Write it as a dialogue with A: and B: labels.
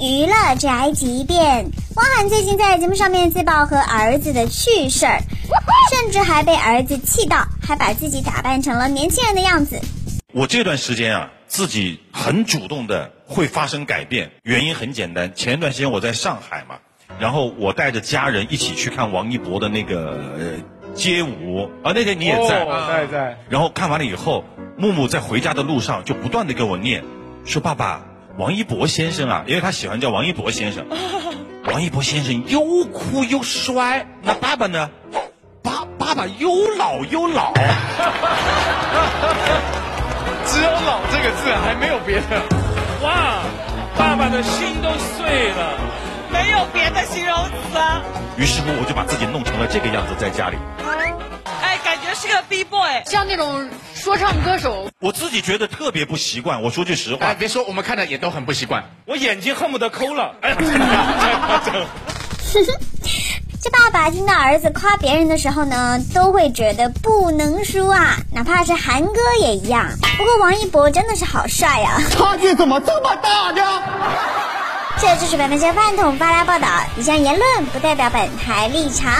A: 娱乐宅急便。汪涵最近在节目上面自曝和儿子的趣事儿，甚至还被儿子气到，还把自己打扮成了年轻人的样子。
B: 我这段时间啊，自己很主动的会发生改变，原因很简单。前一段时间我在上海嘛，然后我带着家人一起去看王一博的那个、呃、街舞啊，那天你也在，
C: 哦在在。
B: 然后看完了以后，木木在回家的路上就不断的给我念，说爸爸，王一博先生啊，因为他喜欢叫王一博先生，王一博先生又酷又帅，那爸爸呢？爸爸爸又老又老。
C: 只有“老”这个字，还没有别的。
D: 哇，爸爸的心都碎了。
E: 没有别的形容词啊。
B: 于是乎，我就把自己弄成了这个样子，在家里，
E: 哎，感觉是个 B boy。
F: 像那种说唱歌手，
B: 我自己觉得特别不习惯。我说句实
C: 哎，
B: 话，
C: 别说，我们看的也都很不习惯。
D: 我眼睛恨不得抠 了。哎，
A: 这爸爸听到儿子夸别人的时候呢，都会觉得不能输啊，哪怕是韩哥也一样。不过王一博真的是好帅 啊呀、
G: 差距怎么这么大呢？
A: 这就是本台饭桶发来报道，以上言论不代表本台立场。